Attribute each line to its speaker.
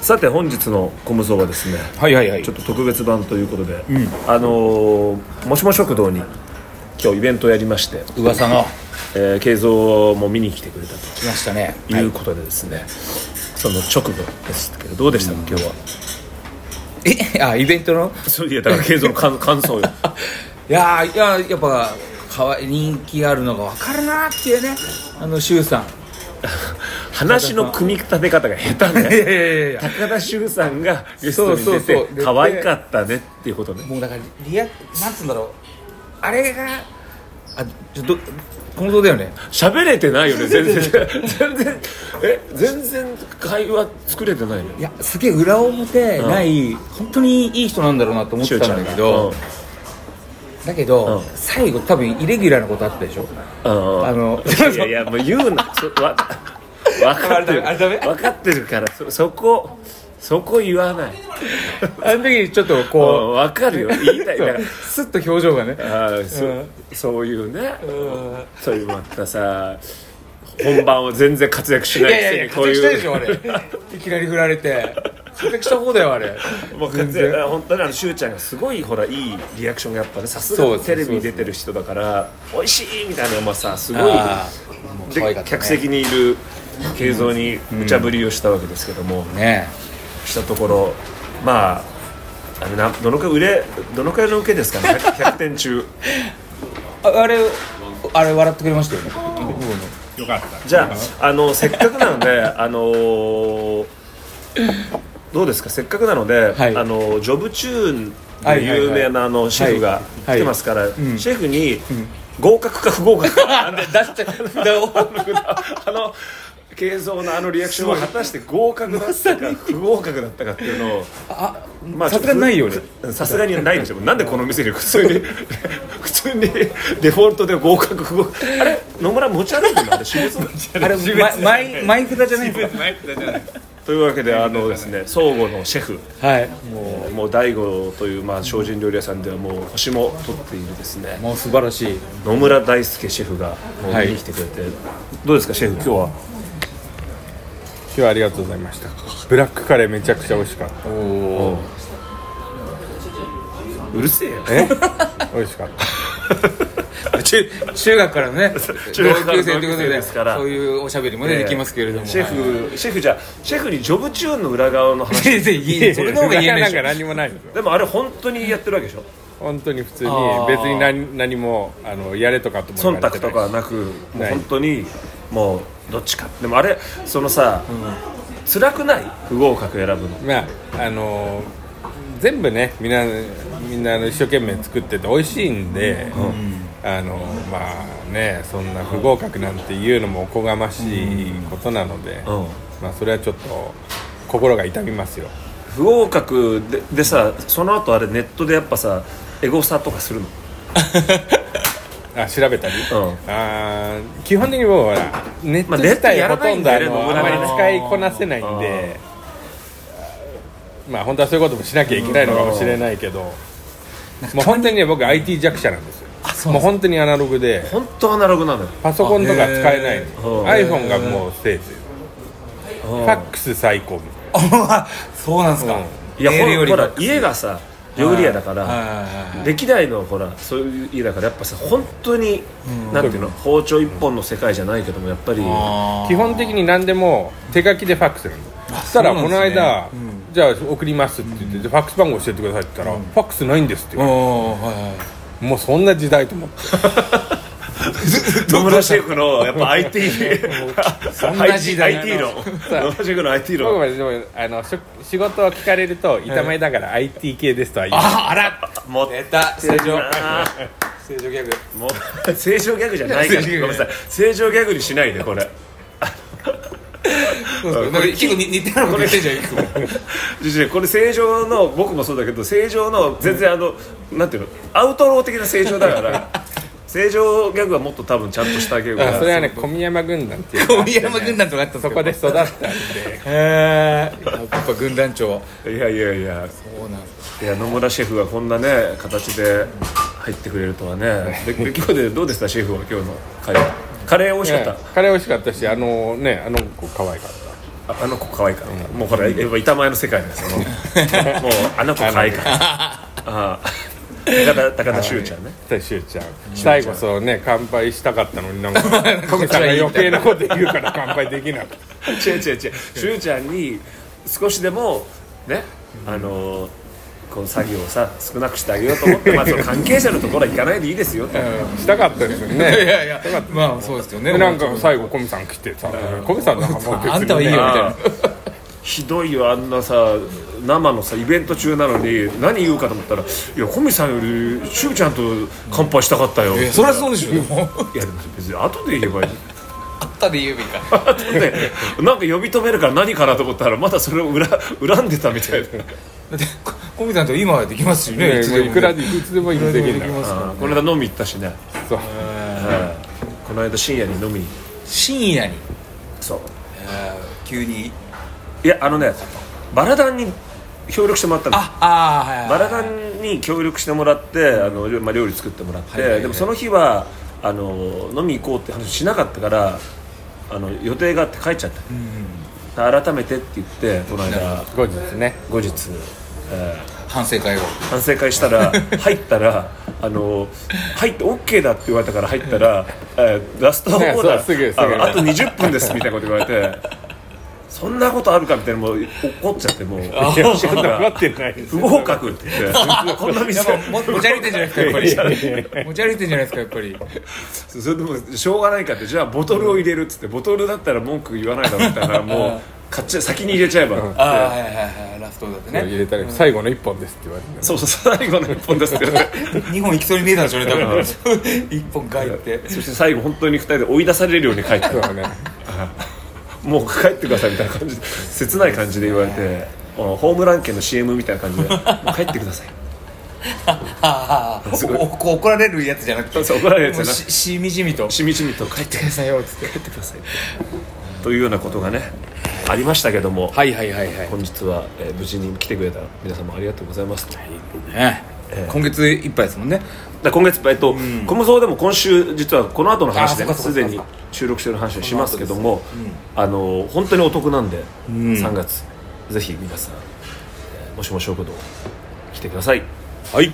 Speaker 1: さて本日の「コムソはですね
Speaker 2: はいはいはい
Speaker 1: ちょっと特別版ということで、あのーもしも食堂に今日イベントをやりまして、
Speaker 2: 噂が
Speaker 1: えー、慶三も見に来てくれたと
Speaker 2: 来ましたね
Speaker 1: い
Speaker 2: は
Speaker 1: うことでですね、その直後ですけどどうでしたか、今日は
Speaker 2: え あイベントの
Speaker 1: そういやだから慶三の感感 想よ
Speaker 2: いやーいややっぱかわい人気あるのが分かるなーっていうねあの周さん
Speaker 1: 話の組み立て方が下手
Speaker 2: い
Speaker 1: ね
Speaker 2: やいやいや
Speaker 1: 高田修さんがゲストに出
Speaker 2: そう
Speaker 1: て
Speaker 2: そうそう
Speaker 1: 可愛かったねっていうことね
Speaker 2: もうだからリアなんつうんだろうあれがあちょっとこのそうだよね
Speaker 1: 喋れてないよね全 然全然 え全然会話作れてないね
Speaker 2: いやすげえ裏表ない、本当にいい人なんだろうなと思ってたんだけど、だけど、
Speaker 1: うん
Speaker 2: 最後多分イレギュラーなことあったでしょ
Speaker 1: あ
Speaker 2: あの
Speaker 1: いやいやもう言うなそわ分かってる
Speaker 2: あれダメあれダメ
Speaker 1: 分かってるからそそこそこ言わない
Speaker 2: あの時にちょっと
Speaker 1: うん
Speaker 2: こ
Speaker 1: 分かるよ言いた
Speaker 2: う
Speaker 1: いだから
Speaker 2: スッと表情がね
Speaker 1: あーそ,、う
Speaker 2: うん
Speaker 1: そういうね、
Speaker 2: ん
Speaker 1: そういうまたさ本番を全然活躍し
Speaker 2: い
Speaker 1: ない
Speaker 2: やいやいや
Speaker 1: くせにこう
Speaker 2: 活躍したでしょあ
Speaker 1: いう
Speaker 2: れいきなり振られて活躍した方だよあれ
Speaker 1: もう
Speaker 2: 全
Speaker 1: 全
Speaker 2: 然
Speaker 1: 然本当にあのしゅうちゃんがすごいほらいいリアクションがやっぱねさす
Speaker 2: そう
Speaker 1: が
Speaker 2: です
Speaker 1: テレビに出てる人だから美味しいみたいなのもさすごい
Speaker 2: あーもう可
Speaker 1: で
Speaker 2: 愛かったね
Speaker 1: 客席にいる慶三に無茶ぶりをしたわけですけども、
Speaker 2: ね
Speaker 1: したところまああれなどのくらい売れどのくらいの受けですかね 100, 100点 中
Speaker 2: ああれあれ笑ってくれましたよね僕の
Speaker 3: よかった
Speaker 1: じゃああのせっかくなのであのーどうですかせっかくなので、
Speaker 2: はい
Speaker 1: あのジョブチューン
Speaker 2: は
Speaker 1: で
Speaker 2: いはいはい
Speaker 1: 有名なあのシェフが
Speaker 2: は
Speaker 1: 来
Speaker 2: い
Speaker 1: てますから、
Speaker 2: ん
Speaker 1: シェフに、合格か不合格 か
Speaker 2: あで出し て札を
Speaker 1: あの慶三のあのリアクションは果たして合格だったか不合格だったかっていうのを。
Speaker 2: あ
Speaker 1: まあ
Speaker 2: さすがにないよね
Speaker 1: さすがにないでしょなんでこの店に普通に普通にデフォルトで合格不合格あれ野村持ち歩いてるのあれ私物
Speaker 2: あれまマイマイク札じゃないんです
Speaker 3: マイクだじゃない
Speaker 1: というわけであのですね総合のシェフ
Speaker 2: かはい
Speaker 1: もう大悟という、まあ、精進料理屋さんではもう星も取っているですね
Speaker 2: もう素晴らしい
Speaker 1: 野村大輔シェフがもう見に来てくれて、どうですかシェフ今日は
Speaker 3: 今日はありがとうございましたブラックカレーめちゃくちゃ美味しかっ
Speaker 1: うるせえよ
Speaker 3: たえ美味しかった
Speaker 2: 中中学からのね
Speaker 1: 中学か
Speaker 2: 同
Speaker 1: らの同級生
Speaker 2: 級生ということで
Speaker 1: ですから
Speaker 2: そういうおしゃべりもねできますけれども
Speaker 1: シェ
Speaker 2: はい
Speaker 1: フシェフじゃシェフにジョブチューンの裏側の話
Speaker 2: 全然いい それの方が言えないで
Speaker 3: なん
Speaker 2: し
Speaker 3: か
Speaker 2: ょ
Speaker 3: 何もないんですよ
Speaker 1: でもあれ本当にやってるわけでしょ
Speaker 3: 本当に普通に
Speaker 2: あー
Speaker 3: 別に何何もあのやれとかとも言
Speaker 1: 忖
Speaker 3: われてな
Speaker 1: 度
Speaker 3: い
Speaker 1: とかはなくもう
Speaker 3: ない
Speaker 1: 本当にもうどっちかでもあれそのさ、辛くない不合格選ぶの
Speaker 3: まああの全部ねみんなみんなあの一生懸命作ってて美味しいんで、あのまあねそんな不合格なんていうのもおこがましいことなので、
Speaker 1: うん
Speaker 3: まあそれはちょっと心が痛みますよ
Speaker 1: 不合格ででさその後あれネットでやっぱさエゴサとかするの
Speaker 3: あ調べたり、
Speaker 1: ん
Speaker 3: あー基本的にもうほらネッ
Speaker 1: まあ
Speaker 3: ト自体
Speaker 1: ネットやら
Speaker 3: ほ
Speaker 1: な
Speaker 3: と
Speaker 1: いん
Speaker 3: んど
Speaker 1: だ
Speaker 3: あ
Speaker 1: よね
Speaker 3: の
Speaker 1: 僕
Speaker 3: あ
Speaker 1: ら
Speaker 3: ま
Speaker 1: ね
Speaker 3: り使いこなせないんでまあ本当はそういうこともしなきゃいけないのかもしれないけど、もう本当にね僕 IT 弱者なんですよ
Speaker 2: そうな
Speaker 3: も
Speaker 2: ん
Speaker 3: う本当にアナログで
Speaker 1: 本当アナログなのよ
Speaker 3: パソコンとか使えないの
Speaker 1: あへ
Speaker 3: iPhone がもうせいぜいファックス最高みたいな
Speaker 2: あそうなんですか、
Speaker 1: いや
Speaker 2: メー
Speaker 1: ほ
Speaker 2: ルよ
Speaker 1: ら
Speaker 2: り
Speaker 1: ほら家がさ料理屋だから、
Speaker 2: はいはいはい
Speaker 1: 歴代のほらそういう家だからやっぱさ本当に、なんていうの包丁一本の世界じゃないけどもやっぱり
Speaker 3: 基本的に何でも手書きでファックスなのそしたら
Speaker 2: そう
Speaker 3: こ
Speaker 2: なんで
Speaker 3: の
Speaker 2: すね
Speaker 3: 間、じゃあ送りますって言って、でファックス番号教えてくださいって言ったら、ファックスないんですって言われて
Speaker 2: おーはいはい
Speaker 3: もうそんな時代と思って
Speaker 1: 野村シェフのやっぱ IT そ
Speaker 2: んな時代
Speaker 1: IT の野村シェフの IT
Speaker 3: 僕
Speaker 1: の
Speaker 3: はでもあのしょ仕事を聞かれると板前だから IT 系ですとは言う、
Speaker 2: ああら
Speaker 1: 持っ
Speaker 2: 出た正常
Speaker 1: な
Speaker 2: 正常ギャグ
Speaker 1: もう正常ギャグじゃないから
Speaker 2: 正常
Speaker 1: ごめ
Speaker 2: ギャグ
Speaker 1: んなさい正常ギャグにしないでこれ
Speaker 2: なんか結構似似てるのも似てんじゃんいつも
Speaker 1: 実はこれ正常の僕もそうだけど正常の全然あのなんていうのアウトロー的な正常だから正常ギャグはもっと多分ちゃんとしたギャグ
Speaker 3: だからそれ
Speaker 1: が
Speaker 3: はね小宮山軍団っていう
Speaker 2: 小宮山軍団とかあったんです
Speaker 3: そ
Speaker 2: けど
Speaker 3: こで育 ったんで
Speaker 2: へえやっぱ軍団長
Speaker 1: いやいやいや
Speaker 2: そうなんです
Speaker 1: いや野村シェフがこんなね形で入ってくれるとはねでで今日でどうでしたシェフは今日の会話カレー美味しかった
Speaker 3: カレー美味しかったしあのねあの子可愛かった
Speaker 1: ああの子可愛いから、もうこれやっぱ板前の世界です よもうあの子可愛いからああ高田高田修ちゃんね
Speaker 3: でしゅうちゃん最後そうね乾杯したかったのになん かこっちが余計なこと言うから乾杯できなくて
Speaker 1: 違う違う違う修ちゃんに少しでもねあのーこの作業をさ少なくしてあげようと思って、まあ、その関係者のところは行かないでいいですよって
Speaker 3: したかったですよ
Speaker 2: い
Speaker 3: ね
Speaker 2: やいやまあそうですよね
Speaker 3: でなんか最後コミさん来てさコミさんなんかもう別にね
Speaker 2: あんたはいいよみたいな
Speaker 1: ああひどいよあんなさ生のさイベント中なのに何言うかと思ったら「いや小見さんよりしゅうちゃんと乾杯したかったよ」
Speaker 2: いやそりゃそうでしょもう
Speaker 1: いやでも別に後で言えばいい
Speaker 2: あったで言うべきか
Speaker 1: 後でなんか呼び止めるから何かなと思ったらまだそれを恨恨んでたみたいな
Speaker 2: だってこコミさんと今はできますしね
Speaker 3: ね
Speaker 2: つ
Speaker 3: も
Speaker 2: で
Speaker 3: う
Speaker 2: も
Speaker 3: いくらでいつでもい
Speaker 2: いくら
Speaker 3: つ
Speaker 2: で
Speaker 3: で
Speaker 2: も
Speaker 3: き
Speaker 2: で
Speaker 3: る
Speaker 2: き
Speaker 3: んだ
Speaker 2: ま
Speaker 3: から
Speaker 2: すから
Speaker 1: この間飲み行ったしね
Speaker 3: そう
Speaker 1: この間深夜に飲みに
Speaker 2: 深夜に
Speaker 1: そう
Speaker 2: 急に
Speaker 1: いやあのねバラ団に協力してもらったの
Speaker 2: ああーはいはい
Speaker 1: バラダンに協力してもらってあの、まあ、料理作ってもらって、
Speaker 2: はいはいはい
Speaker 1: でもその日はあの飲み行こうって話しなかったからあの予定があって帰っちゃった、改めてって言ってこの間
Speaker 3: 後日ね
Speaker 1: 後日、え
Speaker 2: 反省会を
Speaker 1: ー反省会した ら入ったらあの入って OK だって言われたから入ったら、えーラストオー
Speaker 3: ね
Speaker 1: ダ
Speaker 3: そうすぐ
Speaker 1: ー
Speaker 3: すぐ
Speaker 1: あのあと20分ですみたいなこと言われてそんなことあるかみたいなもう怒っちゃってもう
Speaker 3: いやそんな待ってないです
Speaker 1: 不合格って言ってこんな店
Speaker 2: やっぱも持ち歩いてんじゃないですかやっぱり持ち歩いてんじゃないですかやっぱり
Speaker 1: それでもしょうがないかってじゃあボトルを入れるっつってボトルだったら文句言わないだろうみたいな もう買っちゃ先に入れちゃえば、
Speaker 2: ああはいはいはいラストだって
Speaker 3: 入
Speaker 2: ね
Speaker 3: れたら最後の一本ですって言われて
Speaker 1: そうそう最後の一本ですってね
Speaker 2: 2本いきそうに見えたんでしょうね多分 一本書いて
Speaker 1: そして最後本当に二人で追い出されるように帰って
Speaker 3: そうね
Speaker 1: もう帰ってくださいみたいな感じで切ない感じで言われてもうホームラン券の CM みたいな感じでもう帰ってください
Speaker 2: あ あおお怒られるやつじゃなくて
Speaker 1: そう怒られるやつじゃなくて
Speaker 2: もうししみじみと
Speaker 1: しみじみと帰ってくださいよっつって帰ってくださいというようなことがねありましたけども、
Speaker 2: はいはいはいはい
Speaker 1: 本日は、えー無事に来てくれた皆様ありがとうございます、
Speaker 2: ね今月いっぱいですもんね
Speaker 1: だから今月えっと、コムソーでも今週実はこの後の話で
Speaker 2: あそっかそっか
Speaker 1: すでに収録してる話をしますけども、あの本当にお得なんで、3月ぜひ皆さん、えーもしもしおこと来てください
Speaker 2: はい